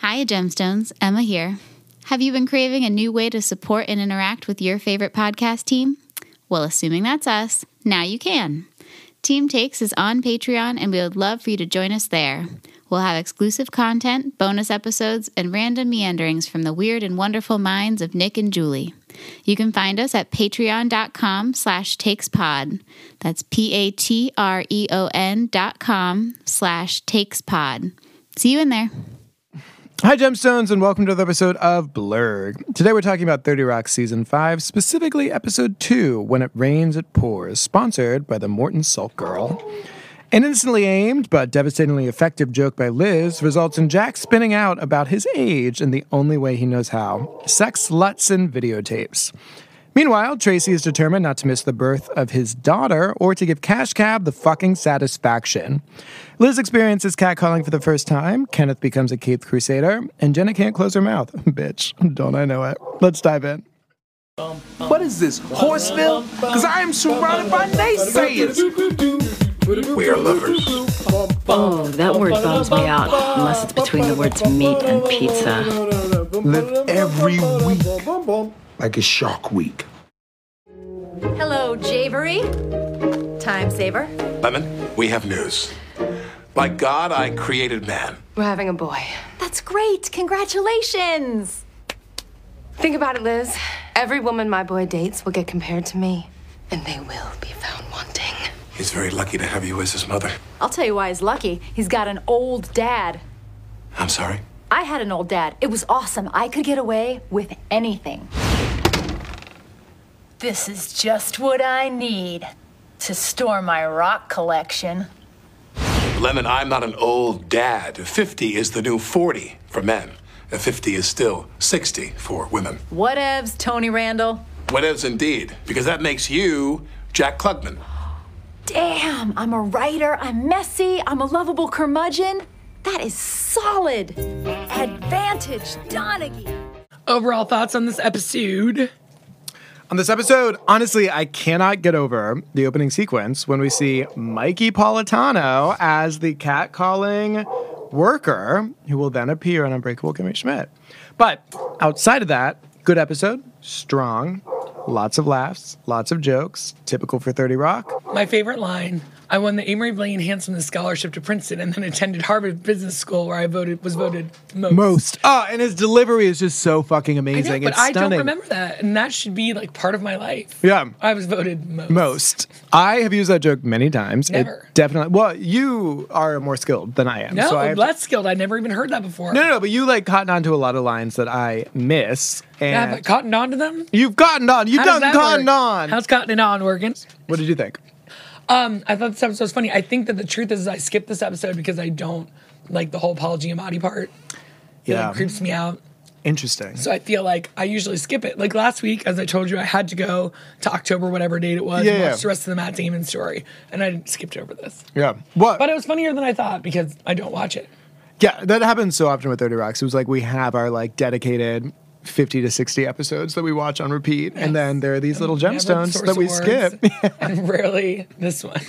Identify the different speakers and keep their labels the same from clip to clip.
Speaker 1: Hiya, Gemstones. Emma here. Have you been craving a new way to support and interact with your favorite podcast team? Well, assuming that's us, now you can. Team Takes is on Patreon, and we would love for you to join us there. We'll have exclusive content, bonus episodes, and random meanderings from the weird and wonderful minds of Nick and Julie. You can find us at patreon.com slash takespod. That's P-A-T-R-E-O-N E dot com slash takespod. See you in there.
Speaker 2: Hi, Gemstones, and welcome to another episode of Blurg. Today we're talking about 30 Rock Season 5, specifically Episode 2, When It Rains, It Pours, sponsored by the Morton Salt Girl. An instantly aimed but devastatingly effective joke by Liz results in Jack spinning out about his age in the only way he knows how sex, sluts, and videotapes. Meanwhile, Tracy is determined not to miss the birth of his daughter or to give Cash Cab the fucking satisfaction. Liz experiences catcalling for the first time, Kenneth becomes a Keith Crusader, and Jenna can't close her mouth. Bitch, don't I know it. Let's dive in.
Speaker 3: What is this, Horseville? Because I am surrounded by naysayers.
Speaker 4: We are lovers.
Speaker 5: Oh, that word bums me out. Unless it's between the words meat and pizza.
Speaker 4: Live every week like a shark week.
Speaker 6: Hello, Javery. Time saver.
Speaker 7: Lemon, we have news. By God, I created man.
Speaker 8: We're having a boy.
Speaker 6: That's great. Congratulations.
Speaker 8: Think about it, Liz. Every woman my boy dates will get compared to me, and they will be found wanting.
Speaker 7: He's very lucky to have you as his mother.
Speaker 6: I'll tell you why he's lucky. He's got an old dad.
Speaker 7: I'm sorry.
Speaker 6: I had an old dad. It was awesome. I could get away with anything. This is just what I need to store my rock collection.
Speaker 7: Lemon, I'm not an old dad. 50 is the new 40 for men. And 50 is still 60 for women.
Speaker 6: Whatevs, Tony Randall.
Speaker 7: Whatevs indeed, because that makes you Jack Klugman.
Speaker 6: Damn, I'm a writer, I'm messy, I'm a lovable curmudgeon. That is solid. Advantage, Donaghy.
Speaker 9: overall thoughts on this episode.
Speaker 2: On this episode, honestly, I cannot get over the opening sequence when we see Mikey Politano as the catcalling worker who will then appear on Unbreakable Kimmy Schmidt. But outside of that, good episode, strong, lots of laughs, lots of jokes, typical for 30 Rock.
Speaker 9: My favorite line. I won the Amory Blaine Handsome Scholarship to Princeton and then attended Harvard Business School where I voted was voted most.
Speaker 2: Most. Oh, and his delivery is just so fucking
Speaker 9: I
Speaker 2: amazing.
Speaker 9: know, but
Speaker 2: it's
Speaker 9: I
Speaker 2: stunning.
Speaker 9: don't remember that. And that should be like part of my life.
Speaker 2: Yeah.
Speaker 9: I was voted most.
Speaker 2: Most. I have used that joke many times. It
Speaker 9: Never.
Speaker 2: definitely. Well, you are more skilled than I am.
Speaker 9: No,
Speaker 2: so I have to-
Speaker 9: less skilled. I never even heard that before.
Speaker 2: No, no, no, but you like cotton on to a lot of lines that I miss, and
Speaker 9: Have I cottoned on to them?
Speaker 2: you've cottoned on. You've
Speaker 9: How
Speaker 2: done
Speaker 9: does that
Speaker 2: cottoned
Speaker 9: work?
Speaker 2: on.
Speaker 9: How's cottoning on working?
Speaker 2: what did you think?
Speaker 9: I thought this episode was funny. I think that the truth is I skipped this episode because I don't like the whole Paul Giamatti part. It
Speaker 2: Yeah,
Speaker 9: like, creeps me out.
Speaker 2: interesting.
Speaker 9: So I feel like I usually skip it. Like last week, as I told you, I had to go to October, whatever date it was, and
Speaker 2: Yeah, yeah.
Speaker 9: watch the rest of the Matt Damon story. And I skipped over this.
Speaker 2: yeah, what?
Speaker 9: But it was funnier than I thought because I don't watch it.
Speaker 2: yeah, that happens so often with Thirty Rocks. It was like we have our like dedicated. 50 to 60 episodes that we watch on repeat and then there are these little
Speaker 9: Never the
Speaker 2: gemstones
Speaker 9: Source
Speaker 2: that we
Speaker 9: Awards,
Speaker 2: skip
Speaker 9: and rarely this one.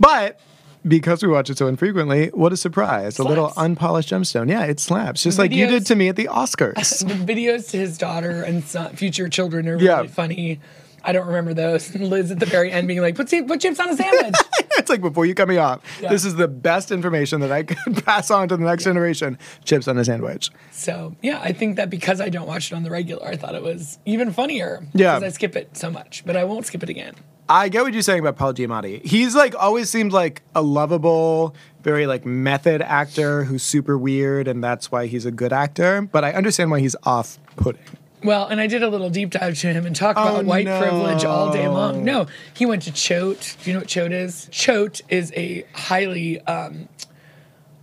Speaker 2: but because we watch it so infrequently what a surprise a little
Speaker 9: Slaps.
Speaker 2: unpolished gemstone yeah it slaps just like you did
Speaker 9: Videos.
Speaker 2: to me at the oscars
Speaker 9: The videos to his daughter and son, future children are really
Speaker 2: Yeah.
Speaker 9: funny. I don't remember those. And Liz at the very end being like, put, put chips on a sandwich.
Speaker 2: it's like before you cut me off.
Speaker 9: Yeah.
Speaker 2: This is the best information that I could pass on to the next generation. Chips on a sandwich.
Speaker 9: so, yeah, I think that because I don't watch it on the regular, I thought it was even funnier.
Speaker 2: Yeah.
Speaker 9: Because I skip it so much, but I won't skip it again.
Speaker 2: I get what you're saying about Paul Giamatti. He's like always seemed like a lovable, very like method actor who's super weird, and that's why he's a good actor. But I understand why he's off putting.
Speaker 9: Well, and I did a little deep dive to him and talked
Speaker 2: Oh,
Speaker 9: about white
Speaker 2: no.
Speaker 9: privilege all day long. No, he went to Choate. Do you know what Choate is? Choate is a highly um,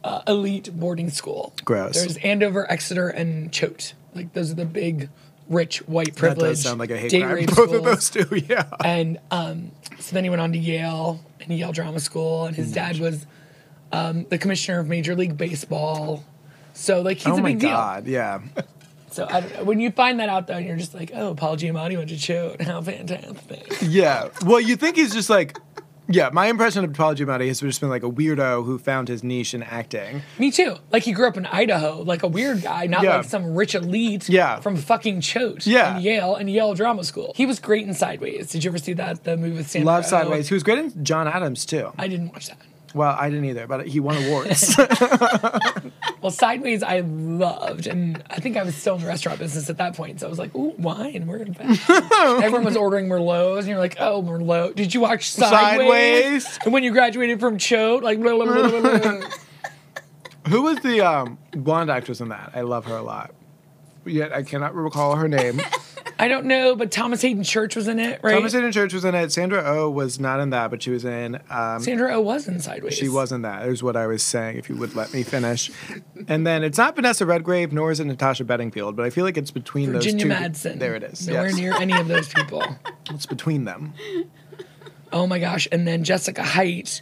Speaker 9: uh, elite boarding school.
Speaker 2: Gross.
Speaker 9: There's Andover, Exeter, and Choate. Like those are the big, rich white
Speaker 2: That
Speaker 9: privilege.
Speaker 2: does sound like a hate
Speaker 9: day
Speaker 2: crime.
Speaker 9: rate
Speaker 2: Both of
Speaker 9: schools.
Speaker 2: those two, yeah.
Speaker 9: And um, so then he went on to Yale and Yale Drama School, and his
Speaker 2: Mm.
Speaker 9: dad was um, the commissioner of Major League Baseball. So like he's
Speaker 2: oh
Speaker 9: a
Speaker 2: my
Speaker 9: big deal.
Speaker 2: god, yeah.
Speaker 9: So I don't know. when you find that out, though, you're just like, oh, Paul Giamatti went to Choate. How fantastic!
Speaker 2: Yeah. Well, you think he's just like yeah, my impression of Paul Giamatti has just been like a weirdo who found his niche in acting.
Speaker 9: Me too. Like he grew up in Idaho, like a weird guy, not
Speaker 2: Yeah.
Speaker 9: like some rich elite
Speaker 2: Yeah.
Speaker 9: from fucking Choate
Speaker 2: Yeah.
Speaker 9: and Yale and Yale Drama School. He was great in Sideways. Did you ever see that the movie with Sam?
Speaker 2: Love
Speaker 9: Crow?
Speaker 2: Sideways. He was great in John Adams too.
Speaker 9: I didn't watch that.
Speaker 2: Well, I didn't either, but he won awards.
Speaker 9: Well, Sideways I loved, and I think I was still in the restaurant business at that point, so I was like, "Ooh, wine, we're in fashion." Everyone was ordering Merlots, and you're like, "Oh, Merlot." Did you watch Sideways?
Speaker 2: Sideways.
Speaker 9: And when you graduated from Choate, like, blah, blah, blah, blah, blah.
Speaker 2: Who was the um, blonde actress in that? I love her a lot. Yet I cannot recall her name.
Speaker 9: I don't know, but Thomas Hayden Church was in it, right?
Speaker 2: Thomas Hayden Church was in it. Sandra O oh was not in that, but she was in. Um,
Speaker 9: Sandra oh was in Sideways.
Speaker 2: she was in that. Is what I was saying. If you would let me finish, and then it's not Vanessa Redgrave, nor is it Natasha Bedingfield, but I feel like it's between
Speaker 9: Virginia
Speaker 2: those two.
Speaker 9: Madsen.
Speaker 2: There it is.
Speaker 9: Nowhere
Speaker 2: Yes.
Speaker 9: near any of those people.
Speaker 2: It's between them.
Speaker 9: Oh my gosh. And then Jessica Height,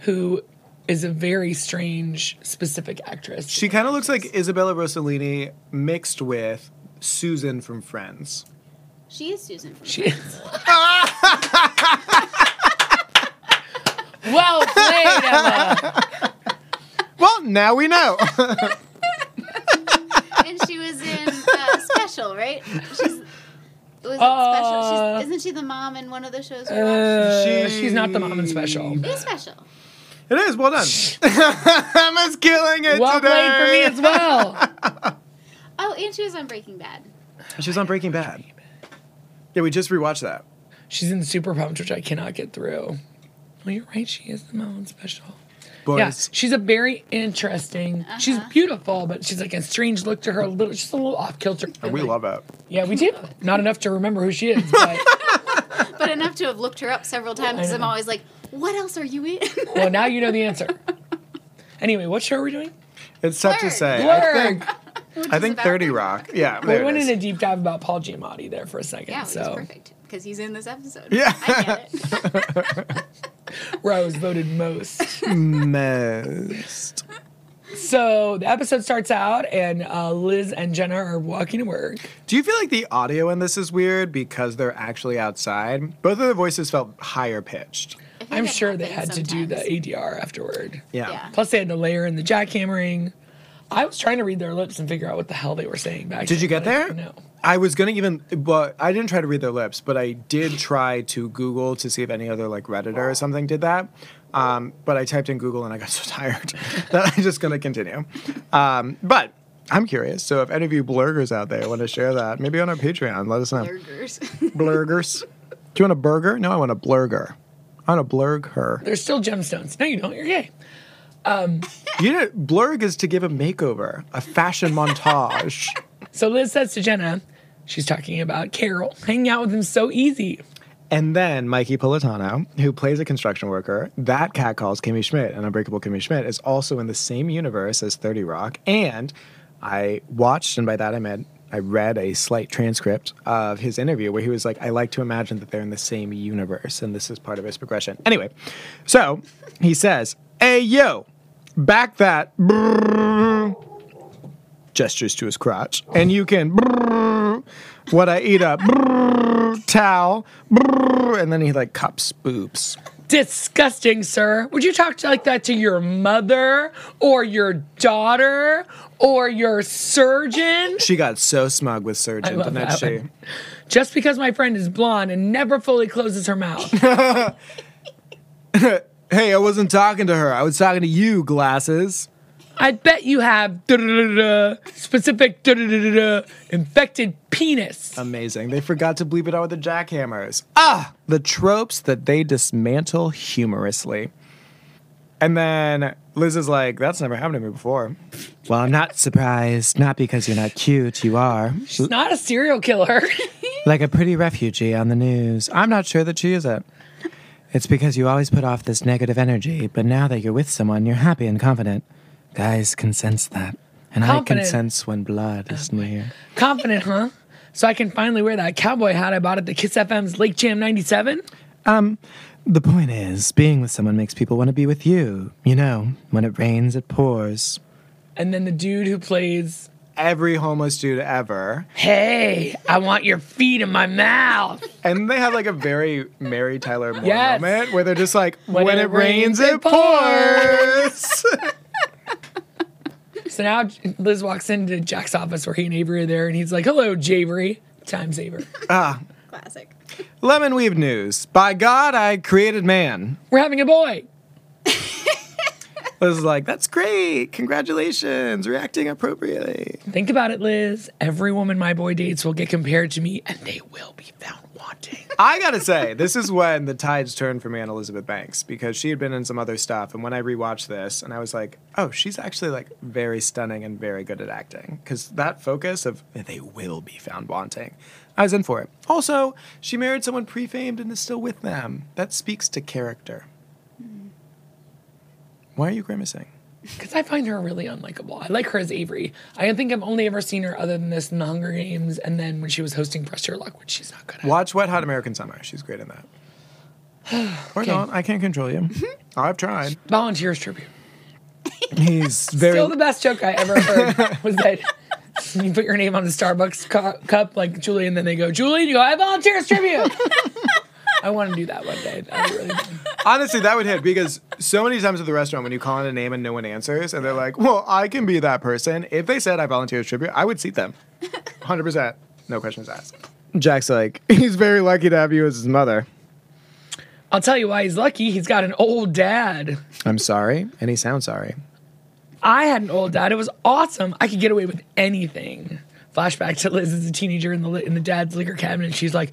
Speaker 9: who is a very strange, specific actress.
Speaker 2: She kind of looks like Isabella Rossellini mixed with Susan from Friends.
Speaker 1: She is Susan. From
Speaker 9: She- well played, Emma.
Speaker 2: Well, now we know.
Speaker 1: and she was in uh, Special, right? She's. Was
Speaker 9: Uh,
Speaker 1: it special? She's, isn't she the mom in one of the shows we watched?
Speaker 9: Uh,
Speaker 2: She-
Speaker 9: she's not the mom in special.
Speaker 1: It is special.
Speaker 2: it is. Well done. Emma's killing it
Speaker 9: Well played for
Speaker 2: today.
Speaker 9: me as well.
Speaker 1: Oh, and she was on Breaking Bad.
Speaker 2: She was on Breaking Bad. Yeah, we just rewatched that.
Speaker 9: She's in Super Pumped, which I cannot get through. Well, you're right. She is the mom in special.
Speaker 2: Boys.
Speaker 9: Yeah, she's a very interesting. She's
Speaker 1: Uh-huh.
Speaker 9: beautiful, but she's like a strange look to her. A little, just a little off kilter.
Speaker 2: And we love it.
Speaker 9: Yeah, we do. Not enough to remember who she is. But,
Speaker 1: But enough to have looked her up several times because I'm
Speaker 9: know.
Speaker 1: always like, what else are you in?
Speaker 9: well, now you know the answer. Anyway, what show are we doing?
Speaker 2: It's tough to
Speaker 1: Blurred.
Speaker 2: say. I
Speaker 9: Blurred.
Speaker 2: think I think
Speaker 1: about
Speaker 2: Thirty
Speaker 1: Thirty
Speaker 2: Rock. Yeah,
Speaker 9: We
Speaker 2: there
Speaker 9: went
Speaker 2: it
Speaker 9: in a
Speaker 2: is.
Speaker 9: deep dive about Paul Giamatti there for a second.
Speaker 1: yeah,
Speaker 9: so
Speaker 1: which is perfect because he's in this episode.
Speaker 2: Yeah.
Speaker 1: I get it.
Speaker 9: Rose voted most.
Speaker 2: Most.
Speaker 9: so the episode starts out, and uh, Liz and Jenna are walking to work.
Speaker 2: Do you feel like the audio in this is weird because they're actually outside? Both of their voices felt higher pitched.
Speaker 1: I feel like
Speaker 9: I'm
Speaker 1: that
Speaker 9: sure they had
Speaker 1: happens
Speaker 9: to do the
Speaker 1: sometimes.
Speaker 9: ADR afterward.
Speaker 2: Yeah.
Speaker 1: Yeah.
Speaker 9: Plus, they had to layer in the jackhammering. I was trying to read their lips and figure out what the hell they were saying back.
Speaker 2: Did
Speaker 9: then,
Speaker 2: you get
Speaker 9: but I-
Speaker 2: there?
Speaker 9: No.
Speaker 2: I was gonna even well, I didn't try to read their lips, but I did try to Google to see if any other like Redditor or something did that. Um, but I typed in Google and I got so tired that I'm just gonna continue. Um, but I'm curious, so if any of you blurgers out there want to share that, maybe on our Patreon, let us know.
Speaker 1: Burgers.
Speaker 2: Blurgers. Do you want a burger? No, I want a blurger. I want a blurger.
Speaker 9: There's still gemstones. No, you don't. You're gay.
Speaker 2: You know, blurg is to give a makeover, a fashion montage.
Speaker 9: So Liz says to Jenna, she's talking about Carol hanging out with him so easy.
Speaker 2: And then Mikey Politano, who plays a construction worker, that cat calls Kimmy Schmidt, and Unbreakable Kimmy Schmidt is also in the same universe as 30 Rock. And I watched, and by that I meant I read a slight transcript of his interview where he was like, I like to imagine that they're in the same universe, and this is part of his progression. Anyway, so he says, Hey, yo, back that gestures to his crotch, and you can brrr, what I eat up brrr, towel, brrr, and then he like cups boobs.
Speaker 9: Disgusting, sir. Would you talk to, like that to your mother or your daughter or your surgeon?
Speaker 2: She got so smug with surgeon,
Speaker 9: I love
Speaker 2: didn't
Speaker 9: that
Speaker 2: she?
Speaker 9: one. Just because my friend is blonde and never fully closes her mouth.
Speaker 2: Hey, I wasn't talking to her. I was talking to you, glasses.
Speaker 9: I bet you have da-da-da-da, specific da-da-da-da, infected penis.
Speaker 2: Amazing. They forgot to bleep it out with the jackhammers. Ah, the tropes that they dismantle humorously. And then Liz is like, "That's never happened to me before." Well, I'm not surprised. Not because you're not cute. You are.
Speaker 9: She's not a serial killer.
Speaker 2: like a pretty refugee on the news. I'm not sure that she is it. It's because you always put off this negative energy, but now that you're with someone, you're happy and confident. Guys can sense that. And I
Speaker 9: Confident.
Speaker 2: can sense when blood is near.
Speaker 9: Confident, huh? So I can finally wear that cowboy hat I bought at the Kiss FM's Lake Jam 97?
Speaker 2: The point is, being with someone makes people want to be with you. You know, when it rains, it pours.
Speaker 9: And then the dude who plays
Speaker 2: every homeless dude ever.
Speaker 9: Hey, I want your feet in my mouth.
Speaker 2: And they have like a very Mary Tyler Moore
Speaker 9: Yes.
Speaker 2: moment where they're just like, when, it, rains, it pours.
Speaker 9: So now Liz walks into Jack's office where he and Avery are there, and he's like, "Hello, Javery, time saver."
Speaker 1: Classic.
Speaker 2: Lemon Weave News. By God, I created man.
Speaker 9: We're having a boy.
Speaker 2: Liz is like, that's great. Congratulations. Reacting appropriately.
Speaker 9: Think about it, Liz. Every woman my boy dates will get compared to me, and they will be found wanting.
Speaker 2: I gotta say, this is when the tides turned for me on Elizabeth Banks because she had been in some other stuff. And when I rewatched this, and I was like, oh, she's actually like very stunning and very good at acting because that focus of they will be found wanting, I was in for it. Also, she married someone pre-famed and is still with them. That speaks to character. Why are you grimacing?
Speaker 9: Because I find her really unlikable. I like her as Avery. I think I've only ever seen her other than this in The Hunger Games, and then when she was hosting Press Your Luck, which she's not good at.
Speaker 2: Watch Wet Hot American Summer. She's great in that. Or
Speaker 9: Okay.
Speaker 2: not. I can't control you. I've tried.
Speaker 9: Volunteers tribute.
Speaker 2: He's very.
Speaker 9: Still the best joke I ever heard was that you put your name on the Starbucks cu- cup like Julie, and then they go, Julie, and you go, I volunteers tribute. I want to do that one day. That'd be really fun.
Speaker 2: Honestly, that would hit because so many times at the restaurant when you call in a name and no one answers, and they're like, "Well, I can be that person." If they said I volunteer as tribute, I would seat them, hundred percent, no questions asked. Jack's like, he's very lucky to have you as his mother.
Speaker 9: I'll tell you why he's lucky. He's got an old dad.
Speaker 2: I'm sorry, and he sounds sorry.
Speaker 9: I had an old dad. It was awesome. I could get away with anything. Flashback to Liz as a teenager in the li- in the dad's liquor cabinet. She's like,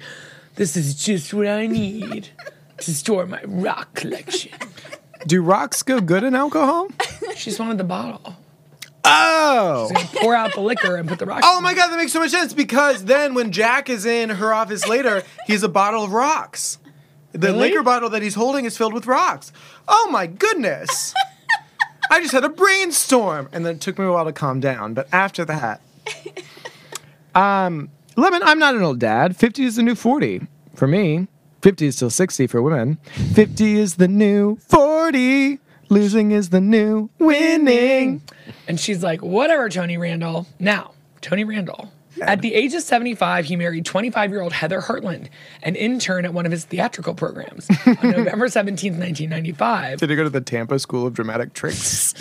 Speaker 9: "This is just what I need to store my rock collection."
Speaker 2: Do rocks go good in alcohol?
Speaker 9: She just wanted the bottle.
Speaker 2: Oh.
Speaker 9: Pour out the liquor and put the rock.
Speaker 2: Oh my god, that makes so much sense because then when Jack is in her office later, he's a bottle of rocks. The
Speaker 9: Really?
Speaker 2: liquor bottle that he's holding is filled with rocks. Oh my goodness. I just had a brainstorm and then it took me a while to calm down, but after that. Um Lemon, I'm not an old dad. 50 is the new 40 for me. 50 is still 60 for women. 50 is the new 40. Losing is the new winning.
Speaker 9: And she's like, whatever, Tony Randall. Now, Tony Randall. At the age of 75, he married 25 year old Heather Hartland, an intern at one of his theatrical programs. On November 17th, 1995,
Speaker 2: Did he go to the Tampa School of Dramatic Tricks?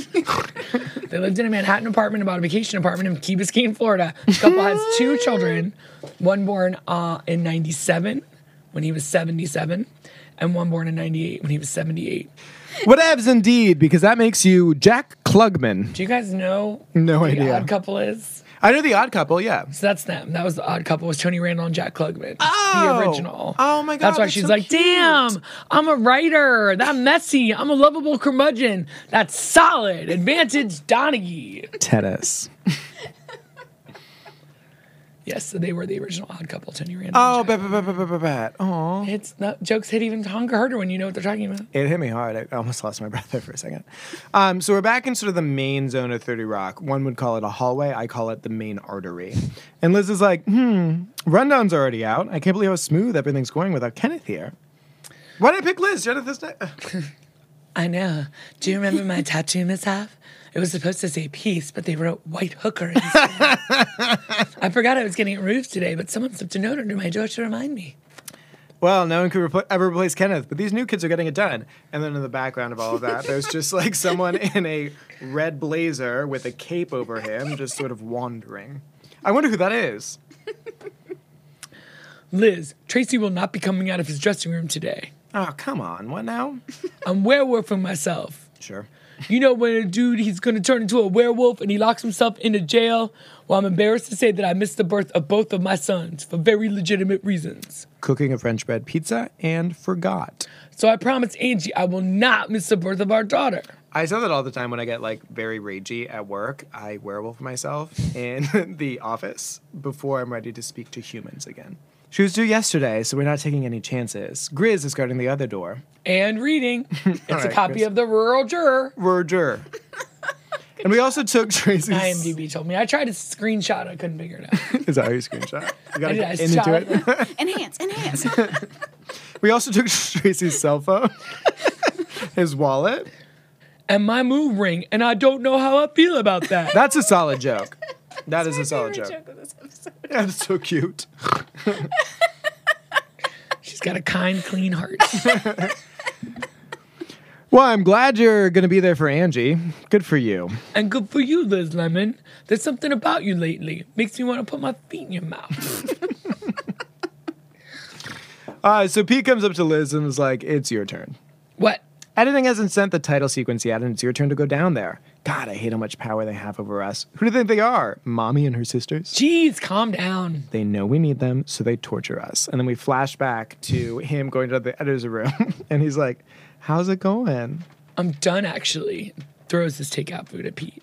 Speaker 9: they lived in a Manhattan apartment about a vacation apartment in Key Biscayne, Florida. The couple has two children, one born uh, in 97 when he was 77, and one born in 98 when he was 78.
Speaker 2: Whatevs indeed, because that makes you Jack Klugman.
Speaker 9: Do you guys know
Speaker 2: No
Speaker 9: who the
Speaker 2: idea.
Speaker 9: odd couple is?
Speaker 2: I know the odd couple, yeah.
Speaker 9: So that's them. That was the odd couple. Was Tony Randall and Jack Klugman,
Speaker 2: Oh!
Speaker 9: the original?
Speaker 2: Oh my God,
Speaker 9: That's why
Speaker 2: that's
Speaker 9: she's
Speaker 2: so
Speaker 9: like,
Speaker 2: cute.
Speaker 9: "Damn, I'm a writer. That messy. I'm a lovable curmudgeon. That's solid. Advantage Donaghy."
Speaker 2: Tennis.
Speaker 9: Yes, so they were the original odd couple. Tony Randall.
Speaker 2: Oh,
Speaker 9: and Jack.
Speaker 2: bat, bat, bat, bat, bat, bat, bat. Aw.
Speaker 9: it's the jokes hit even Tonga harder when you know what they're talking about.
Speaker 2: It hit me hard. I almost lost my breath there for a second. Um, so we're back in sort of the main zone of 30 Rock. One would call it a hallway. I call it the main artery. And Liz is like, hmm, rundown's already out. I can't believe how smooth everything's going without Kenneth here. Why did I pick Liz? Jennifer's not-
Speaker 9: I know. Do you remember my tattoo mishap? It was supposed to say peace, but they wrote white hooker instead. I forgot I was getting it roofed today, but someone slipped a note under my door to remind me.
Speaker 2: Well, no one could repl- ever replace Kenneth, but these new kids are getting it done. And then in the background of all of that, there's just like someone in a red blazer with a cape over him, just sort of wandering. I wonder who that is.
Speaker 9: Liz, Tracy will not be coming out of his dressing room today.
Speaker 2: Oh, come on. What now?
Speaker 9: I'm werewolfing myself.
Speaker 2: Sure.
Speaker 9: You know when a dude he's gonna turn into a werewolf and he locks himself into jail. Well, I'm embarrassed to say that I missed the birth of both of my sons for very legitimate reasons.
Speaker 2: Cooking a French bread pizza and forgot.
Speaker 9: So I promise Angie I will not miss the birth of our daughter.
Speaker 2: I say that all the time when I get like very ragey at work. I werewolf myself in the office before I'm ready to speak to humans again. She was due yesterday, so we're not taking any chances. Grizz is guarding the other door.
Speaker 9: And reading, it's a
Speaker 2: right,
Speaker 9: copy
Speaker 2: Chris.
Speaker 9: of the Rural Juror.
Speaker 2: Roger. and we also took Tracy's.
Speaker 9: IMDb told me I tried to screenshot, I couldn't figure it out.
Speaker 2: Is that how you screenshot? You
Speaker 9: I
Speaker 2: gotta
Speaker 9: did, I
Speaker 2: get into
Speaker 9: shot
Speaker 2: it.
Speaker 1: Enhance, enhance.
Speaker 2: We also took Tracy's cell phone, his wallet.
Speaker 9: and my move ring, and I don't know how I feel about that.
Speaker 2: That's a solid joke. That is a solid joke.
Speaker 1: of this episode.
Speaker 2: That's so cute.
Speaker 9: She's got a kind, clean heart.
Speaker 2: Well, I'm glad you're going to be there for Angie. Good for you.
Speaker 9: and good for you, Liz Lemon. There's something about you lately. Makes me want to put my feet in your mouth.
Speaker 2: Uh, so Pete comes up to Liz and is like, It's your turn.
Speaker 9: what?
Speaker 2: Editing hasn't sent the title sequence yet, and it's your turn to go down there. God, I hate how much power they have over us. Who do they think they are? Mommy and her sisters?
Speaker 9: Jeez, calm down.
Speaker 2: They know we need them, so they torture us. And then we flash back to him going to the editor's room, and he's like, How's it going?
Speaker 9: I'm done, actually. Throws his takeout food at Pete.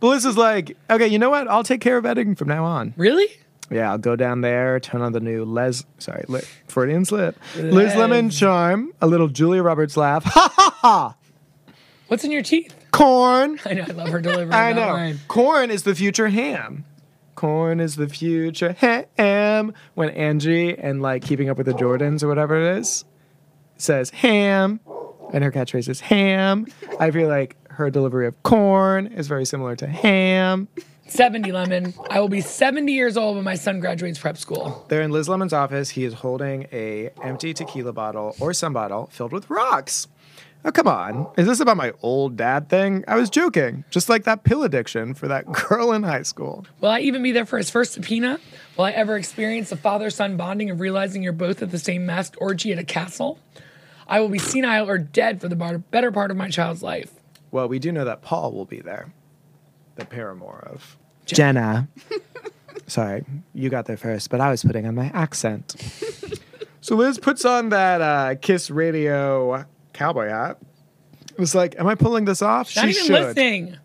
Speaker 2: But Liz is like, Okay, you know what? I'll take care of editing from now on.
Speaker 9: Really?
Speaker 2: Yeah, I'll go down there, turn on the new Les, sorry, Le, Freudian slip. Liz Lemon charm, a little Julia Roberts laugh. Ha ha ha!
Speaker 9: What's in your teeth?
Speaker 2: Corn!
Speaker 9: I know, I love her delivery.
Speaker 2: I
Speaker 9: that
Speaker 2: know.
Speaker 9: line.
Speaker 2: Corn is the future ham. Corn is the future ham. When Angie and like Keeping Up with the Jordans or whatever it is says ham, and her catchphrase is ham, I feel like her delivery of corn is very similar to ham.
Speaker 9: 70 Lemon. I will be 70 years old when my son graduates prep school.
Speaker 2: They're in Liz Lemon's office. He is holding a empty tequila bottle or some bottle filled with rocks. Oh, come on. Is this about my old dad thing? I was joking. Just like that pill addiction for that girl in high school.
Speaker 9: Will I even be there for his first subpoena? Will I ever experience the father son bonding of realizing you're both at the same masked orgy at a castle? I will be senile or dead for the bar- better part of my child's life.
Speaker 2: Well, we do know that Paul will be there, the paramour of Jenna. Sorry, you got there first, but I was putting on my accent. so Liz puts on that uh, Kiss Radio cowboy hat. It was like, am I pulling this off?
Speaker 9: Not even listening.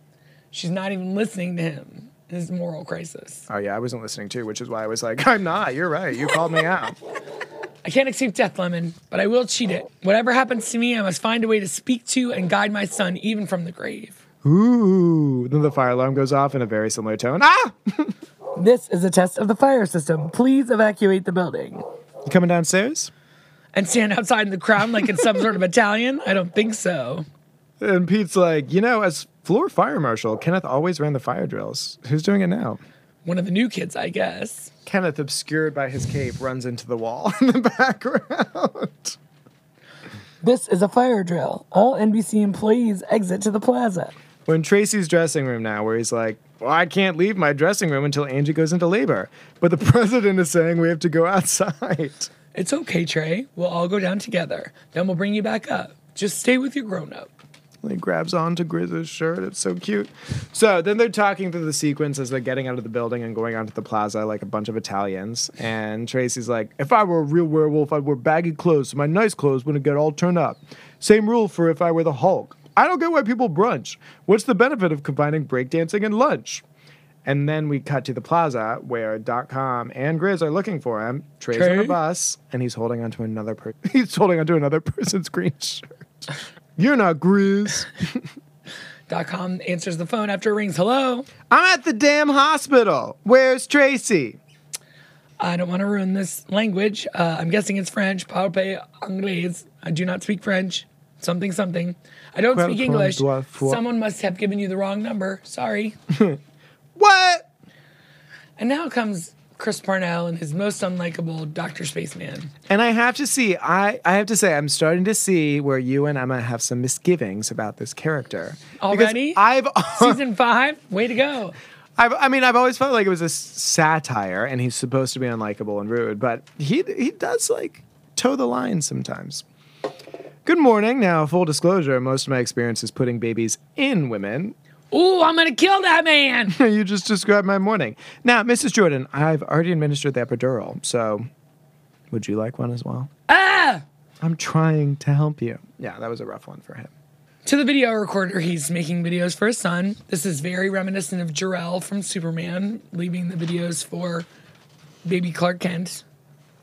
Speaker 9: She's not even listening to him. His moral crisis.
Speaker 2: Oh yeah, I wasn't listening too, which is why I was like, I'm not. You're right. You called me out.
Speaker 9: I can't accept death, Lemon, but I will cheat it. Whatever happens to me, I must find a way to speak to and guide my son even from the grave.
Speaker 2: Ooh. Then the fire alarm goes off in a very similar tone. Ah!
Speaker 9: This is a test of the fire system. Please evacuate the building.
Speaker 2: You coming downstairs?
Speaker 9: And stand outside in the crowd like it's some sort of battalion? I don't think so.
Speaker 2: And Pete's like, you know, as floor fire marshal, Kenneth always ran the fire drills. Who's doing it now?
Speaker 9: One of the new kids, I guess.
Speaker 2: Kenneth, obscured by his cape, runs into the wall in the background.
Speaker 9: This is a fire drill. All NBC employees exit to the plaza.
Speaker 2: We're in Tracy's dressing room now, where he's like, well, I can't leave my dressing room until Angie goes into labor. But the president is saying we have to go outside.
Speaker 9: It's okay, Trey. We'll all go down together. Then we'll bring you back up. Just stay with your grown up.
Speaker 2: He grabs onto Grizz's shirt. It's so cute. So then they're talking through the sequence as they're getting out of the building and going onto the plaza like a bunch of Italians. And Tracy's like, if I were a real werewolf, I'd wear baggy clothes so my nice clothes wouldn't get all turned up. Same rule for if I were the Hulk. I don't get why people brunch. What's the benefit of combining breakdancing and lunch? And then we cut to the plaza where Dot Com and Grizz are looking for him. Trey's on a
Speaker 9: Trey?
Speaker 2: bus, and he's holding onto another per- he's holding onto another person's green shirt. You're not Grizz.
Speaker 9: Dot com answers the phone after it rings. Hello?
Speaker 2: I'm at the damn hospital. Where's Tracy?
Speaker 9: I don't want to ruin this language. Uh, I'm guessing it's French. Parle anglais. I do not speak French. Something, something. I don't
Speaker 2: Quel
Speaker 9: speak English.
Speaker 2: point doit faut-
Speaker 9: Someone must have given you the wrong number. Sorry.
Speaker 2: What?
Speaker 9: and now comes Chris Parnell and his most unlikable Dr. Spaceman.
Speaker 2: And I have to see, I, I have to say, I'm starting to see where you and Emma have some misgivings about this character. Because
Speaker 9: Already?
Speaker 2: I've,
Speaker 9: Season five, way to go.
Speaker 2: I've, I mean, I've always felt like it was a s- satire and he's supposed to be unlikable and rude, but he, he does like toe the line sometimes. Good morning. Now, full disclosure, most of my experience is putting babies in women,
Speaker 9: Ooh, I'm going to kill that man.
Speaker 2: you just described my morning. Now, Mrs. Jordan, I've already administered the epidural, so would you like one as well?
Speaker 9: ah!
Speaker 2: I'm trying to help you. Yeah, that was a rough one for him.
Speaker 9: To the video recorder, he's making videos for his son. This is very reminiscent of Jarrell from Superman, leaving the videos for baby Clark Kent.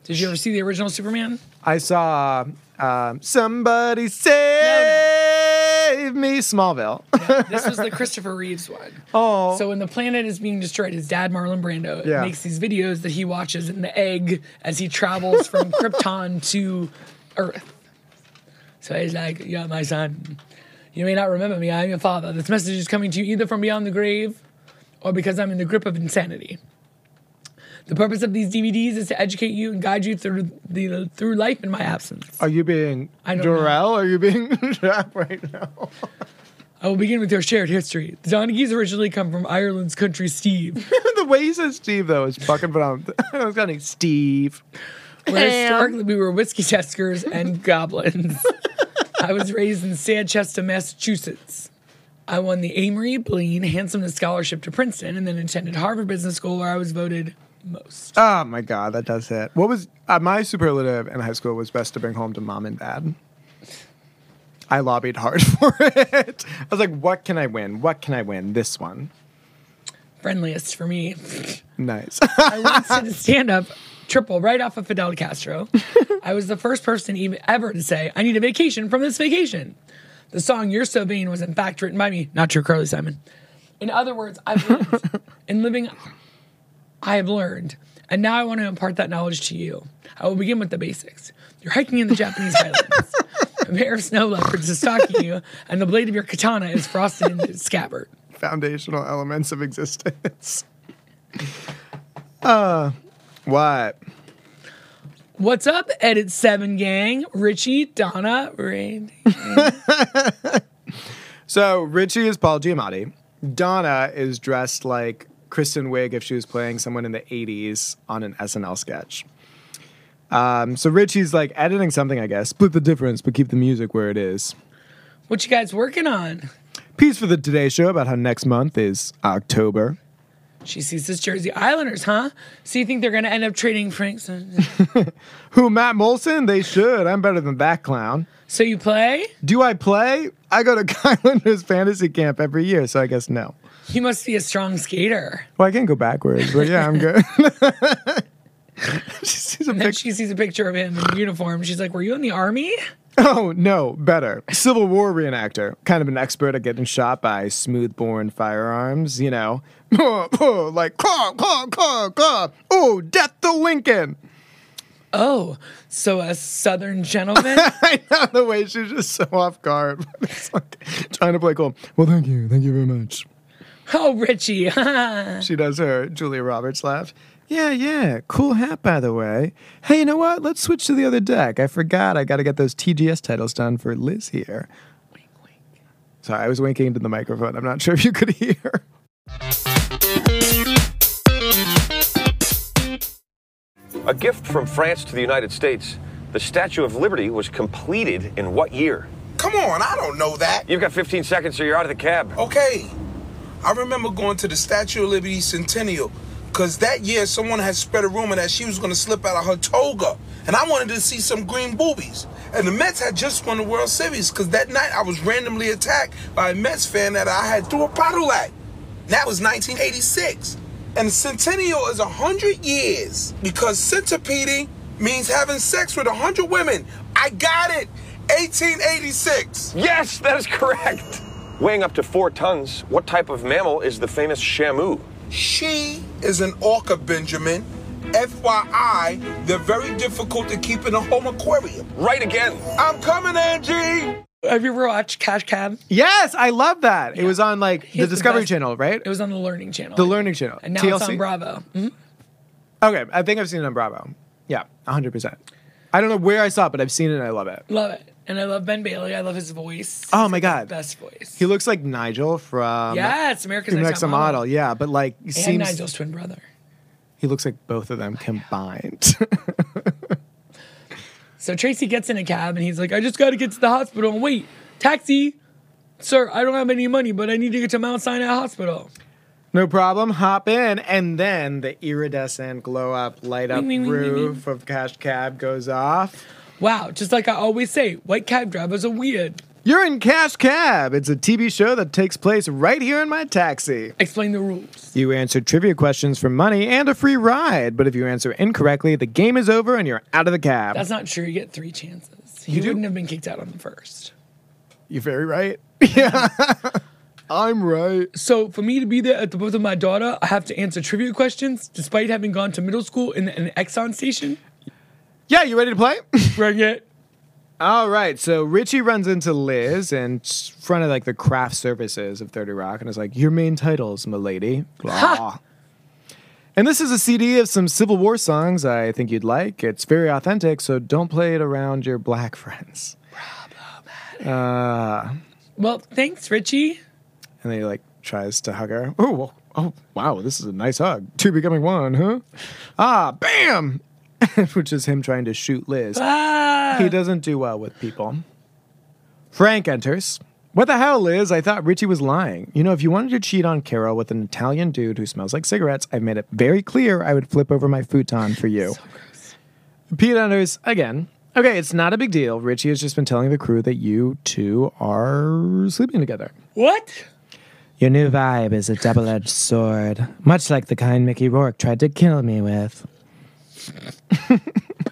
Speaker 9: Did you ever see the original Superman?
Speaker 2: I saw um, somebody save me, Smallville.
Speaker 9: This was the Christopher Reeves one.
Speaker 2: Oh,
Speaker 9: So when the planet is being destroyed, his dad Marlon Brando
Speaker 2: Yeah.
Speaker 9: makes these videos that he watches in the egg as he travels from Krypton to Earth. So he's like, "Yeah, my son, you may not remember me. I'm your father. This message is coming to you either from beyond the grave, or because I'm in the grip of insanity. The purpose of these DVDs is to educate you and guide you through the through life in my absence.
Speaker 2: Are you being
Speaker 9: I don't know.
Speaker 2: Durrell? Are you being Jack right now?
Speaker 9: I will begin with your shared history. The Donaghy's originally come from Ireland's country Steve,
Speaker 2: the way he says Steve though is fucking phenomenal. I was calling Steve.
Speaker 9: where historically we were whiskey testers and goblins. I was raised in Sanchester, Massachusetts. I won the Amory Blaine Handsomeness Scholarship to Princeton and then attended Harvard Business School where I was voted most.
Speaker 2: Oh my god, that does hit. What was uh, my superlative in high school was best to bring home to mom and dad. I lobbied hard for it. I was like, "What can I win? What can I win? This one."
Speaker 9: Friendliest for me.
Speaker 2: Nice.
Speaker 9: I once did a stand up triple right off of Fidel Castro. I was the first person even ever to say, I need a vacation from this vacation. The song You're So Vain was in fact written by me, not true Carly Simon. In other words, I've lived in living I have learned. And now I want to impart that knowledge to you. I will begin with the basics. You're hiking in the Japanese highlands. A pair of snow leopards is stalking you, and the blade of your katana is frosted into its scabbard.
Speaker 2: Foundational elements of existence. Uh, what?
Speaker 9: What's up, Edit Seven Gang? Richie, Donna, Randy.
Speaker 2: So Richie is Paul Giamatti. Donna is dressed like Kristen Wiig if she was playing someone in the '80s on an SNL sketch. Um, so Richie's like editing something, I guess. Split the difference, but keep the music where it is.
Speaker 9: What you guys working on?
Speaker 2: Piece for the Today Show about how next month is October.
Speaker 9: She sees this Jersey Islanders, huh? So you think they're gonna end up trading Frank? Sin-
Speaker 2: Who Matt Molson? They should. I'm better than that clown.
Speaker 9: So you play?
Speaker 2: Do I play? I go to Kylander's fantasy camp every year, so I guess no.
Speaker 9: You must be a strong skater.
Speaker 2: Well, I can go backwards, but yeah, I'm good. she sees a
Speaker 9: And then
Speaker 2: picture.
Speaker 9: she sees a picture of him in uniform. She's like, "Were you in the army?"
Speaker 2: Oh, no, better. Civil War reenactor. Kind of an expert at getting shot by smoothborne firearms, you know. like, caw, caw, caw, caw. Oh, death to Lincoln.
Speaker 9: Oh, so a southern gentleman?
Speaker 2: I know the way she's just so off guard. it's like trying to play cool. Well, thank you. Thank you very much.
Speaker 9: oh, Richie. huh?
Speaker 2: She does her Julia Roberts laugh. Yeah, yeah. Cool hat, by the way. Hey, you know what? Let's switch to the other deck. I forgot. I got to get those TGS titles done for Liz here.
Speaker 9: Wink, wink.
Speaker 2: Sorry, I was winking into the microphone. I'm not sure if you could hear.
Speaker 10: A gift from France to the United States, the Statue of Liberty was completed in what year?
Speaker 4: Come on, I don't know that.
Speaker 10: You've got 15 seconds or you're out of the cab.
Speaker 4: Okay. I remember going to the Statue of Liberty Centennial because that year someone had spread a rumor that she was going to slip out of her toga. And I wanted to see some green boobies. And the Mets had just won the World Series because that night I was randomly attacked by a Mets fan that I had threw a bottle at. That was 1986. And Centennial is 100 years because centipeding means having sex with 100 women. I got it. 1886.
Speaker 10: Yes, that is correct. Weighing up to four tons, what type of mammal is the famous Shamu?
Speaker 4: She is an orca, Benjamin. FYI, they're very difficult to keep in a home aquarium.
Speaker 10: Right again.
Speaker 4: I'm coming, Angie!
Speaker 9: Have you ever watched Cash Cab?
Speaker 2: Yes, I love that. It was on like
Speaker 9: He's
Speaker 2: the Discovery
Speaker 9: best.
Speaker 2: Channel, right?
Speaker 9: It was on the Learning Channel.
Speaker 2: the Learning Channel.
Speaker 9: And now
Speaker 2: TLC.
Speaker 9: it's on Bravo. Mhm.
Speaker 2: Okay, I think I've seen it on Bravo. Yeah, 100%. I don't know where I saw it, but I've seen it and I love it.
Speaker 9: Love it. And I love Ben Bailey. I love his voice.
Speaker 2: Oh my God.
Speaker 9: Best voice.
Speaker 2: He looks like Nigel from
Speaker 9: yes, America's
Speaker 2: America's
Speaker 9: Next,
Speaker 2: Next Top Model. Yeah, but like he
Speaker 9: And
Speaker 2: seems
Speaker 9: Nigel's twin brother.
Speaker 2: he looks like both of them combined.
Speaker 9: So Tracy gets in a cab and he's like, I just got to get to the hospital. And wait, taxi. Sir, I don't have any money, but I need to get to Mount Sinai Hospital.
Speaker 2: no problem. Hop in, and then the iridescent glow up light up
Speaker 9: Wing, wing, wing, wing,
Speaker 2: roof of Cash Cab goes off.
Speaker 9: Wow, just like I always say, white cab drivers are weird.
Speaker 2: You're in Cash Cab. It's a TV show that takes place right here in my taxi.
Speaker 9: Explain the rules.
Speaker 2: You answer trivia questions for money and a free ride, but if you answer incorrectly, the game is over and you're out of the cab.
Speaker 9: That's not true. You get three chances. He
Speaker 2: do?
Speaker 9: wouldn't have been kicked out on the first.
Speaker 2: You're very right. Yeah. I'm right.
Speaker 9: So for me to be there at the birth of my daughter, I have to answer trivia questions despite having gone to middle school in an Exxon station.
Speaker 2: Yeah, you ready to play?
Speaker 9: Bring it.
Speaker 2: All right, so Richie runs into Liz in front of like the craft services of 30 Rock and is like, Your main titles, milady. Blah. And this is a CD of some Civil War songs I think you'd like. It's very authentic, so don't play it around your black friends. Uh,
Speaker 9: Well, thanks, Richie.
Speaker 2: and then he like tries to hug her. Oh, well, oh, wow, this is a nice hug. Two becoming one, huh? Ah, bam! Which is him trying to shoot Liz. He doesn't do well with people. Frank enters. What the hell, Liz? I thought Richie was lying. You know, if you wanted to cheat on Carol with an Italian dude who smells like cigarettes, I made it very clear I would flip over my futon for you. Pete enters again. Okay, it's not a big deal. Richie has just been telling the crew that you two are sleeping together.
Speaker 9: What?
Speaker 2: Your new vibe is a double edged sword, much like the kind Mickey Rourke tried to kill me with.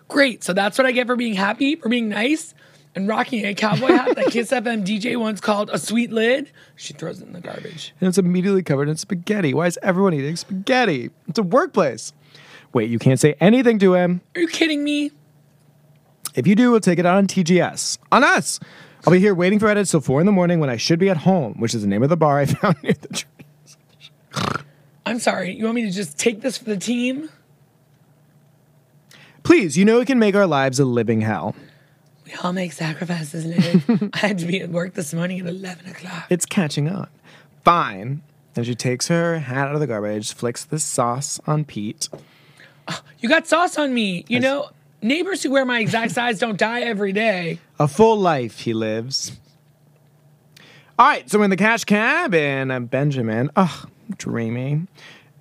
Speaker 9: Great. So that's what I get for being happy, for being nice, and rocking a cowboy hat that Kiss FM DJ once called a sweet lid. She throws it in the garbage.
Speaker 2: And it's immediately covered in spaghetti. Why is everyone eating spaghetti? It's a workplace. Wait, you can't say anything to him.
Speaker 9: Are you kidding me?
Speaker 2: If you do, we'll take it out on TGS. On us! I'll be here waiting for edits till 4 in the morning when I should be at home, which is the name of the bar I found near the tree.
Speaker 9: I'm sorry. You want me to just take this for the team?
Speaker 2: Please, you know it can make our lives a living hell.
Speaker 9: We all make sacrifices, Liv. I had to be at work this morning at 11 o'clock.
Speaker 2: It's catching on. Fine. And she takes her hat out of the garbage, flicks the sauce on Pete.
Speaker 9: You got sauce on me. You know, neighbors who wear my exact size don't die every day.
Speaker 2: A full life he lives. All right, so in the cash cab, and uh, Benjamin, ugh, dreamy,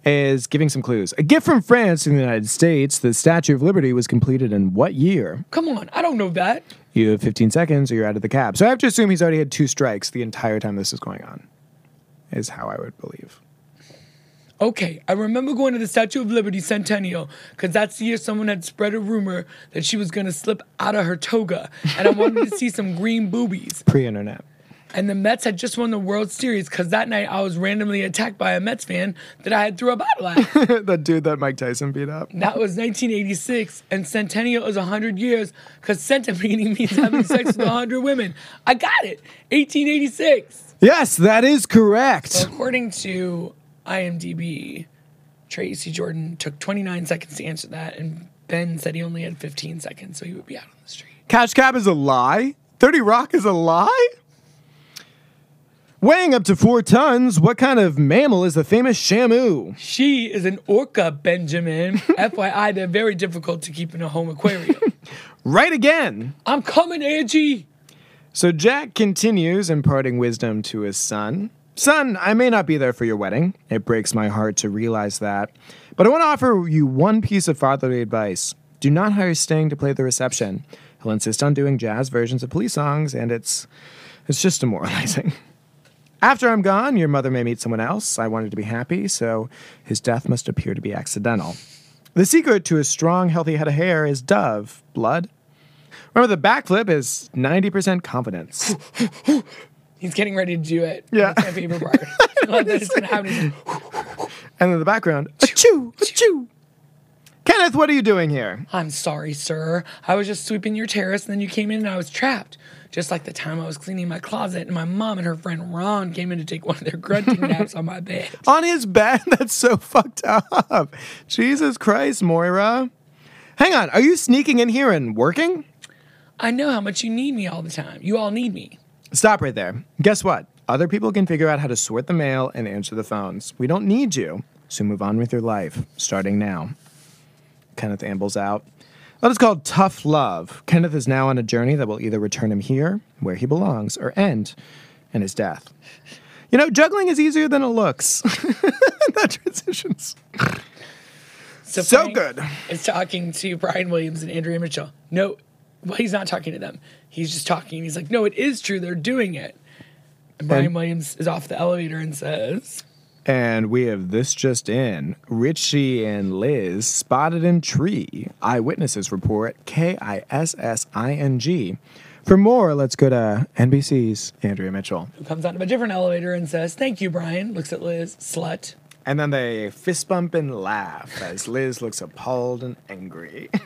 Speaker 2: is giving some clues. A gift from France to the United States, the Statue of Liberty was completed in what year?
Speaker 9: Come on. I don't know that.
Speaker 2: You have 15 seconds or you're out of the cab. So I have to assume he's already had two strikes the entire time this is going on, is how I would believe.
Speaker 9: Okay, I remember going to the Statue of Liberty Centennial because that's the year someone had spread a rumor that she was gonna slip out of her toga, and I wanted to see some green boobies.
Speaker 2: Pre internet.
Speaker 9: And the Mets had just won the World Series because that night I was randomly attacked by a Mets fan that I had threw a bottle at.
Speaker 2: the dude that Mike Tyson beat up.
Speaker 9: that was 1986, and Centennial is 100 years because centipede means having sex with 100 women. I got it. 1886.
Speaker 2: Yes, that is correct.
Speaker 9: According to IMDb, Tracy Jordan took 29 seconds to answer that, and Ben said he only had 15 seconds, so he would be out on the street.
Speaker 2: Cash Cab is a lie? 30 Rock is a lie? Weighing up to four tons, what kind of mammal is the famous Shamu?
Speaker 9: She is an orca, Benjamin. FYI, they're very difficult to keep in a home aquarium.
Speaker 2: Right again.
Speaker 9: I'm coming, Angie.
Speaker 2: So Jack continues imparting wisdom to his son. Son, I may not be there for your wedding. It breaks my heart to realize that. But I want to offer you one piece of fatherly advice. Do not hire Sting to play the reception. He'll insist on doing jazz versions of police songs, and it's it's just demoralizing. After I'm gone, your mother may meet someone else. I wanted to be happy, so his death must appear to be accidental. The secret to a strong, healthy head of hair is dove blood. Remember, the backflip is 90% confidence.
Speaker 9: He's getting ready to do it.
Speaker 2: Yeah.
Speaker 9: That's my favorite part. Like, that's gonna happen.
Speaker 2: And in the background, achoo, achoo. Kenneth, what are you doing here?
Speaker 9: I'm sorry, sir. I was just sweeping your terrace, and then you came in and I was trapped. Just like the time I was cleaning my closet, and my mom and her friend Ron came in to take one of their grunting naps on my bed.
Speaker 2: On his bed? That's so fucked up. Jesus Christ, Moira. Hang on, are you sneaking in here and working?
Speaker 9: I know how much you need me all the time. You all need me.
Speaker 2: Stop right there. Guess what? Other people can figure out how to sort the mail and answer the phones. We don't need you. So move on with your life, starting now. Kenneth ambles out. That is called tough love. Kenneth is now on a journey that will either return him here, where he belongs, or end in his death. You know, juggling is easier than it looks. that transitions.
Speaker 9: So,
Speaker 2: So
Speaker 9: Frank
Speaker 2: good.
Speaker 9: Is talking to Brian Williams and Andrea Mitchell. No, well, he's not talking to them. He's just talking. He's like, no, it is true. They're doing it. And Brian
Speaker 2: And-
Speaker 9: Williams is off the elevator and says,
Speaker 2: And we have this just in Richie and Liz spotted in tree. Eyewitnesses report K I S S I N G. For more, let's go to NBC's Andrea Mitchell.
Speaker 9: who comes out of a different elevator and says, thank you, Brian. Looks at Liz, slut.
Speaker 2: And then they fist bump and laugh as Liz looks appalled and angry.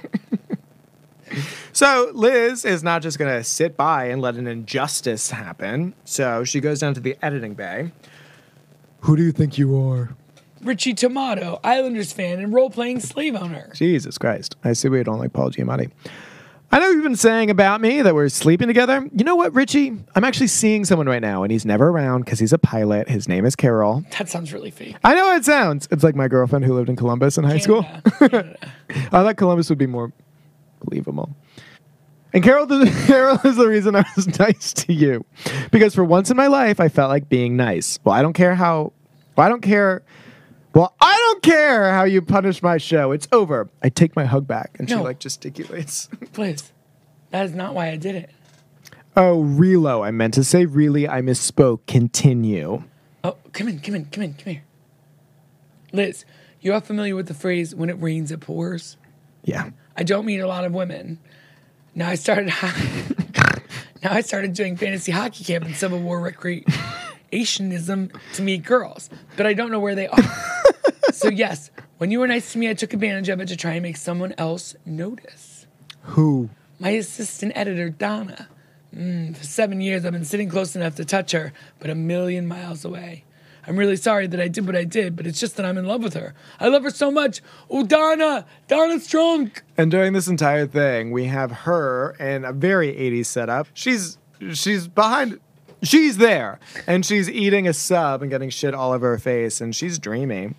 Speaker 2: So Liz is not just going to sit by and let an injustice happen. So she goes down to the editing bay. Who do you think you are?
Speaker 9: Richie Tomato, Islanders fan and role playing slave owner.
Speaker 2: Jesus Christ. I see we don't like Paul Giamatti. I know you've been saying about me that we're sleeping together. You know what, Richie? I'm actually seeing someone right now, and he's never around because he's a pilot. His name is Carol.
Speaker 9: That sounds really fake.
Speaker 2: I know how it sounds. It's like my girlfriend who lived in Columbus in high school. I thought Columbus would be more believable. And Carol, Carol is the reason I was nice to you, because for once in my life, I felt like being nice. Well, I don't care how. Well, I don't care. Well, I don't care how you punish my show. It's over. I take my hug back, and she
Speaker 9: No.
Speaker 2: like gesticulates.
Speaker 9: Please. That is not why I did it.
Speaker 2: Oh, Relo. I meant to say really. I misspoke. Continue.
Speaker 9: Oh, come in, come in, come in, come here. Liz, you are familiar with the phrase when it rains, it pours?
Speaker 2: Yeah.
Speaker 9: I don't meet a lot of women. Now I started now I started doing fantasy hockey camp and Civil War recreationism to meet girls, but I don't know where they are. so yes, when you were nice to me, I took advantage of it to try and make someone else notice.
Speaker 2: Who?
Speaker 9: My assistant editor, Donna. Mm, for seven years, I've been sitting close enough to touch her, but a million miles away. I'm really sorry that I did what I did, but it's just that I'm in love with her. I love her so much. Oh, Donna! Donna's drunk!
Speaker 2: And during this entire thing, we have her in a very 80s setup. She's she's behind she's there and she's eating a sub and getting shit all over her face and she's dreamy.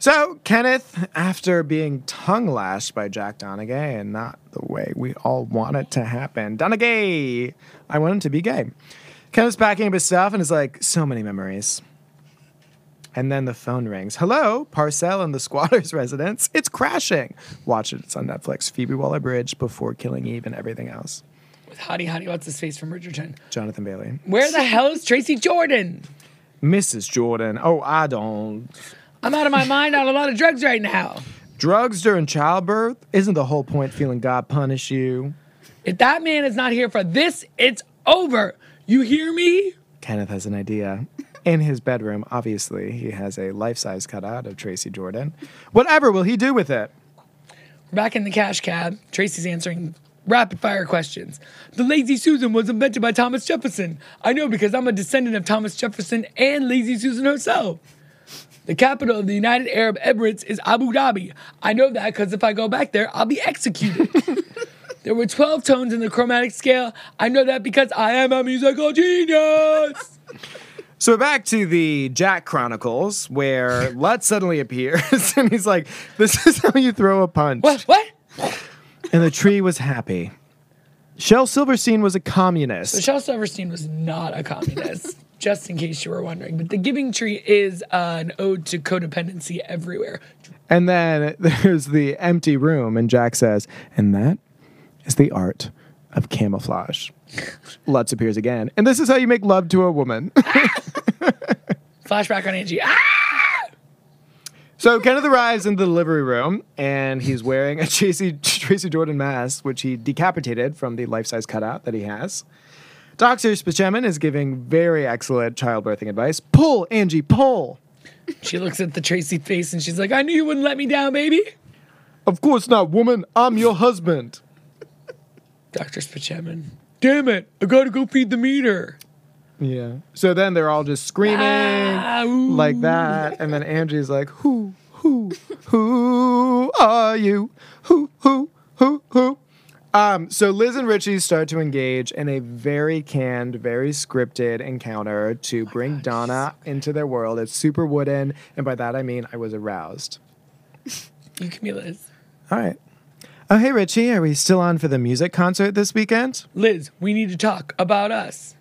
Speaker 2: So, Kenneth, after being tongue lashed by Jack Donaghy and not the way we all want it to happen, Donaghy, I want him to be gay. Kenneth's packing up his stuff and is like, so many memories. And then the phone rings. Hello, Parcel and the squatter's residence. It's crashing. Watch it. It's on Netflix. Phoebe Waller Bridge, Before Killing Eve, and everything else.
Speaker 9: With Hottie Hottie, what's his face from Bridgerton?
Speaker 2: Jonathan Bailey.
Speaker 9: Where the hell is Tracy Jordan?
Speaker 2: Mrs. Jordan. Oh, I don't.
Speaker 9: I'm out of my mind on a lot of drugs right now.
Speaker 2: Drugs during childbirth? Isn't the whole point feeling God punish you?
Speaker 9: If that man is not here for this, it's over. You hear me?
Speaker 2: Kenneth has an idea. In his bedroom, obviously, he has a life size cutout of Tracy Jordan. Whatever will he do with it?
Speaker 9: We're back in the cash cab. Tracy's answering rapid fire questions. The Lazy Susan was invented by Thomas Jefferson. I know because I'm a descendant of Thomas Jefferson and Lazy Susan herself. The capital of the United Arab Emirates is Abu Dhabi. I know that because if I go back there, I'll be executed. there were 12 tones in the chromatic scale. I know that because I am a musical genius.
Speaker 2: So we're back to the Jack Chronicles, where Lutz suddenly appears and he's like, This is how you throw a punch. What?
Speaker 9: What?
Speaker 2: And the tree was happy. Shel Silverstein was a communist.
Speaker 9: Michelle Silverstein was not a communist, just in case you were wondering. But the Giving Tree is uh, an ode to codependency everywhere.
Speaker 2: And then there's the empty room, and Jack says, And that is the art of camouflage. Lutz appears again. And this is how you make love to a woman.
Speaker 9: Flashback on Angie. Ah!
Speaker 2: So Kenneth arrives in the delivery room, and he's wearing a Tracy, Tracy Jordan mask, which he decapitated from the life-size cutout that he has. Dr. Spachemin is giving very excellent childbirthing advice. Pull, Angie, pull.
Speaker 9: She looks at the Tracy face and she's like, I knew you wouldn't let me down, baby.
Speaker 2: Of course not, woman. I'm your husband.
Speaker 9: Dr. Spachemin. Damn it, I gotta go feed the meter.
Speaker 2: Yeah. So then they're all just screaming like that, and then Angie's like, "Who, who, who are you? Who, who, who, who?" Um, so Liz and Richie start to engage in a very canned, very scripted encounter to bring Donna into their world. It's super wooden, and by that I mean I was aroused.
Speaker 9: You can be Liz.
Speaker 2: All right. Oh, hey Richie, are we still on for the music concert this weekend?
Speaker 9: Liz, we need to talk about us.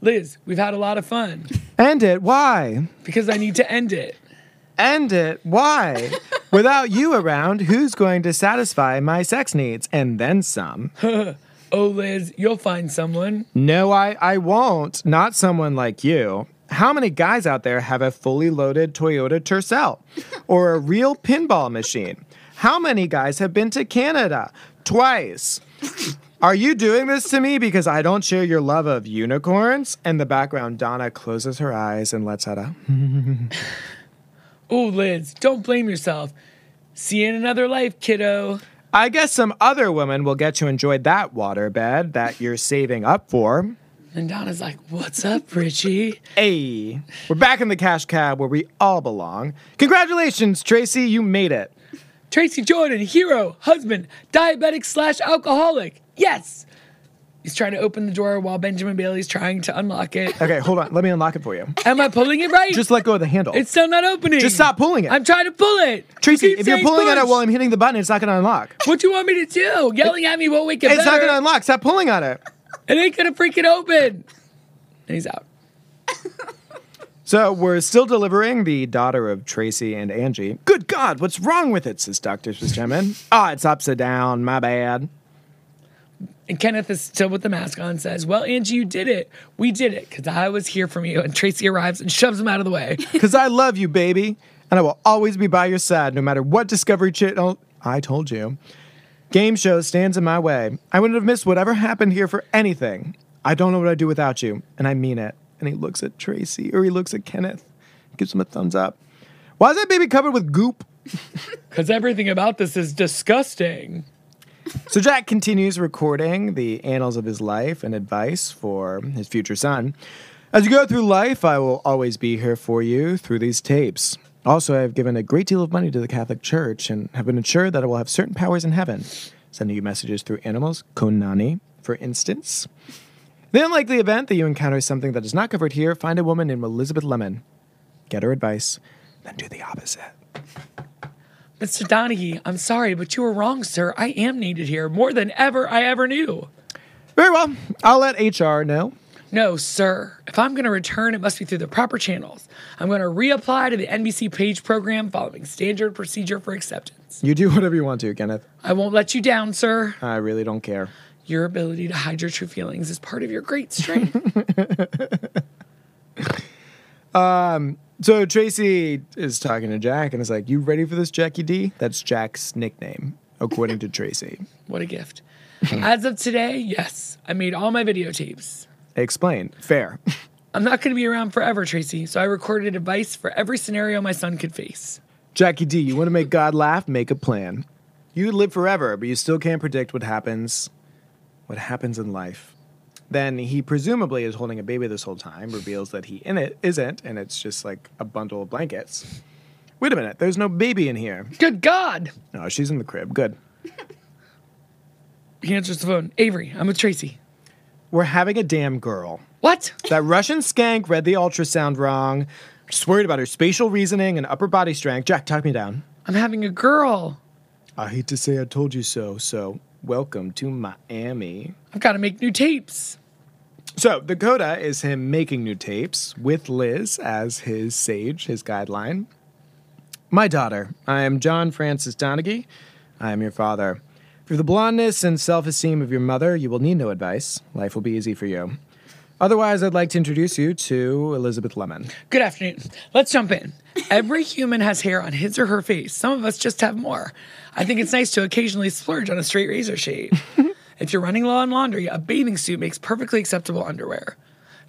Speaker 9: Liz, we've had a lot of fun
Speaker 2: End it. Why?
Speaker 9: because I need to end it.
Speaker 2: End it. Why? Without you around, who's going to satisfy my sex needs and then some?
Speaker 9: oh, Liz, you'll find someone.
Speaker 2: No, I, I won't. Not someone like you. How many guys out there have a fully loaded Toyota Tercel or a real pinball machine? How many guys have been to Canada? Twice. Are you doing this to me because I don't share your love of unicorns? In the background, Donna closes her eyes and lets out a.
Speaker 9: Oh, Liz, don't blame yourself. See you in another life, kiddo.
Speaker 2: I guess some other women will get to enjoy that waterbed that you're saving up for.
Speaker 9: And Donna's like, What's up, Richie?
Speaker 2: Hey, we're back in the cash cab where we all belong. Congratulations, Tracy, you made it.
Speaker 9: Tracy Jordan, hero, husband, diabetic slash alcoholic. Yes. He's trying to open the door while Benjamin Bailey's trying to unlock it.
Speaker 2: Okay, hold on. Let me unlock it for you.
Speaker 9: Am I pulling it right?
Speaker 2: Just let go of the handle.
Speaker 9: It's still not opening.
Speaker 2: Just stop pulling it.
Speaker 9: I'm trying to pull it.
Speaker 2: Tracy,
Speaker 9: You keep
Speaker 2: if you're
Speaker 9: saying
Speaker 2: pulling at it
Speaker 9: push.
Speaker 2: while I'm hitting the button, it's not going to unlock.
Speaker 9: What do you want me to do? Yelling at me won't wake up.
Speaker 2: It's not going to unlock. Stop pulling on it.
Speaker 9: It ain't gonna freaking open. And he's out.
Speaker 2: So we're still delivering the daughter of Tracy and Angie. Good God, what's wrong with it, says Dr. Switzgerman. Ah, it's upside down. My bad.
Speaker 9: And Kenneth is still with the mask on and says, Well, Angie, you did it. We did it because I was here from you. And Tracy arrives and shoves him out of the way.
Speaker 2: Because I love you, baby, and I will always be by your side no matter what Discovery Channel I told you. Game show stands in my way. I wouldn't have missed whatever happened here for anything. I don't know what I'd do without you, and I mean it. And he looks at Tracy, or he looks at Kenneth, gives him a thumbs up. Why is that baby covered with goop?
Speaker 9: Because everything about this is disgusting.
Speaker 2: So Jack continues recording the annals of his life and advice for his future son. As you go through life, I will always be here for you through these tapes. Also, I have given a great deal of money to the Catholic Church and have been assured that I will have certain powers in heaven, sending you messages through animals, konani, for instance. In the unlikely event that you encounter something that is not covered here, find a woman named Elizabeth Lemon, get her advice, then do the opposite.
Speaker 9: Mr. Donaghy, I'm sorry, but you were wrong, sir. I am needed here more than ever I ever knew.
Speaker 2: Very well. I'll let HR know.
Speaker 9: No, sir. If I'm going to return, it must be through the proper channels. I'm going to reapply to the NBC Page program following standard procedure for acceptance.
Speaker 2: You do whatever you want to, Kenneth.
Speaker 9: I won't let you down, sir.
Speaker 2: I really don't care.
Speaker 9: Your ability to hide your true feelings is part of your great strength.
Speaker 2: Um, so Tracy is talking to Jack and is like, "You ready for this, Jackie D?" That's Jack's nickname, according to Tracy.
Speaker 9: what a gift. As of today, yes, I made all my videotapes.
Speaker 2: Explain. Fair.
Speaker 9: I'm not going to be around forever, Tracy, so I recorded advice for every scenario my son could face.
Speaker 2: Jackie D, you want to make God laugh? Make a plan. You live forever, but you still can't predict what happens. What happens in life? Then he presumably is holding a baby this whole time. Reveals that he in it isn't, and it's just like a bundle of blankets. Wait a minute. There's no baby in here.
Speaker 9: Good God!
Speaker 2: No, she's in the crib. Good.
Speaker 9: He answers the phone. Avery, I'm with Tracy.
Speaker 2: We're having a damn girl.
Speaker 9: What?
Speaker 2: That Russian skank read the ultrasound wrong. Just worried about her spatial reasoning and upper body strength. Jack, talk me down.
Speaker 9: I'm having a girl.
Speaker 2: I hate to say I told you so, so welcome to Miami.
Speaker 9: I've got to make new tapes.
Speaker 2: So, the coda is him making new tapes with Liz as his sage, his guideline. My daughter, I am John Francis Donaghy. I am your father. For the blondness and self esteem of your mother, you will need no advice. Life will be easy for you. Otherwise, I'd like to introduce you to Elizabeth Lemon.
Speaker 9: Good afternoon. Let's jump in. Every human has hair on his or her face. Some of us just have more. I think it's nice to occasionally splurge on a straight razor shave. if you're running low on laundry, a bathing suit makes perfectly acceptable underwear.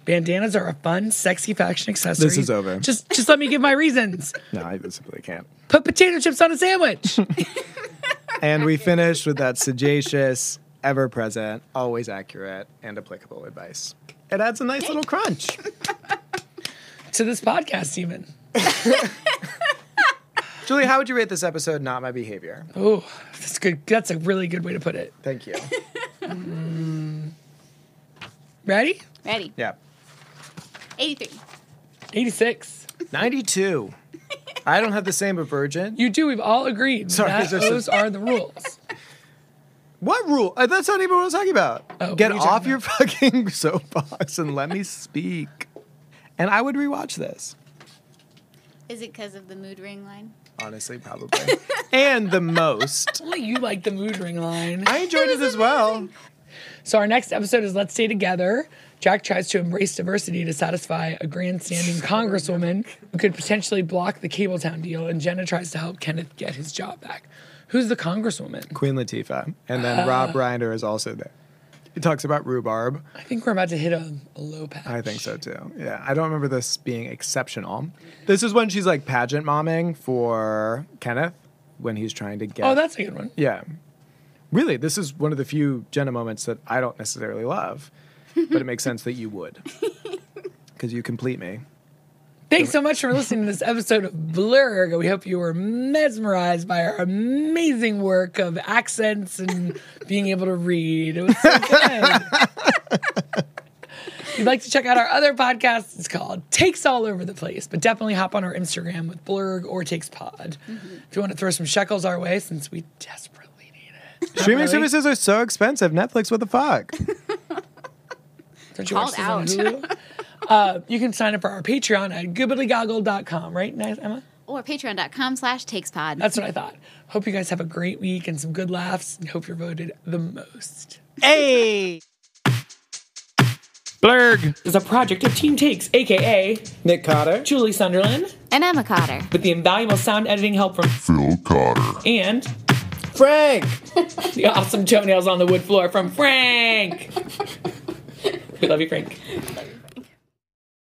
Speaker 9: Bandanas are a fun, sexy fashion accessory.
Speaker 2: This is over.
Speaker 9: Just just let me give my reasons.
Speaker 2: No, I simply can't.
Speaker 9: Put potato chips on a sandwich.
Speaker 2: And we finish with that sagacious, ever present, always accurate, and applicable advice. It adds a nice little crunch.
Speaker 9: to this podcast even.
Speaker 2: Julie, how would you rate this episode, Not My Behavior?
Speaker 9: Oh, that's good. That's a really good way to put it.
Speaker 2: Thank you.
Speaker 9: Ready?
Speaker 1: Ready.
Speaker 2: Yeah.
Speaker 1: 83.
Speaker 9: 86.
Speaker 2: 92. I don't have the same but virgin.
Speaker 9: You do. We've all agreed.
Speaker 2: Sorry,
Speaker 9: that
Speaker 2: this is-
Speaker 9: those are the rules.
Speaker 2: What rule? Uh, That's not even what I was talking about.
Speaker 9: Oh,
Speaker 2: Get
Speaker 9: what are you talking
Speaker 2: off your fucking soapbox and let me speak. And I would rewatch this.
Speaker 1: Is it because of the mood ring line?
Speaker 2: Honestly, probably. and the most.
Speaker 9: Only you like the mood ring line.
Speaker 2: I enjoyed it as well.
Speaker 9: So our next episode is Let's Stay Together. Jack tries to embrace diversity to satisfy a grandstanding congresswoman who could potentially block the Cabletown deal, and Jenna tries to help Kenneth get his job back. Who's the congresswoman?
Speaker 2: Queen Latifah. And
Speaker 9: Ah.
Speaker 2: then Rob Reiner is also there. He talks about rhubarb.
Speaker 9: I think we're about to hit a, a low patch.
Speaker 2: I think so too. Yeah, I don't remember this being exceptional. This is when she's like pageant momming for Kenneth when he's trying to get.
Speaker 9: Oh, that's a good one.
Speaker 2: yeah. Really, this is one of the few Jenna moments that I don't necessarily love, but it makes sense that you would because you complete me.
Speaker 9: Thanks so much for listening to this episode of Blurg. We hope you were mesmerized by our amazing work of accents and being able to read. It was so good. if you'd like to check out our other podcast, it's called Takes All Over the Place, but definitely hop on our Instagram with Blurg or Takes Pod. If you want to throw some shekels our way, since we desperately need it.
Speaker 2: Streaming
Speaker 9: Really?
Speaker 2: services are so expensive. Netflix, what the fuck?
Speaker 9: Don't you watch
Speaker 11: Called
Speaker 9: this on Hulu? uh, you can sign up for our Patreon at goobidygoggle.com, right, Nice Emma?
Speaker 1: Or patreon.com slash takespod.
Speaker 9: That's what I thought. Hope you guys have a great week and some good laughs, and hope you're voted the most.
Speaker 12: Hey!
Speaker 9: Blurg is a project of Team Takes, aka
Speaker 12: Nick Cotter,
Speaker 9: Julie Sunderland,
Speaker 1: and Emma Cotter,
Speaker 9: with the invaluable sound editing help from
Speaker 12: Phil Cotter.
Speaker 9: and Frank. the awesome toenails on the wood floor from Frank. we love you, Frank.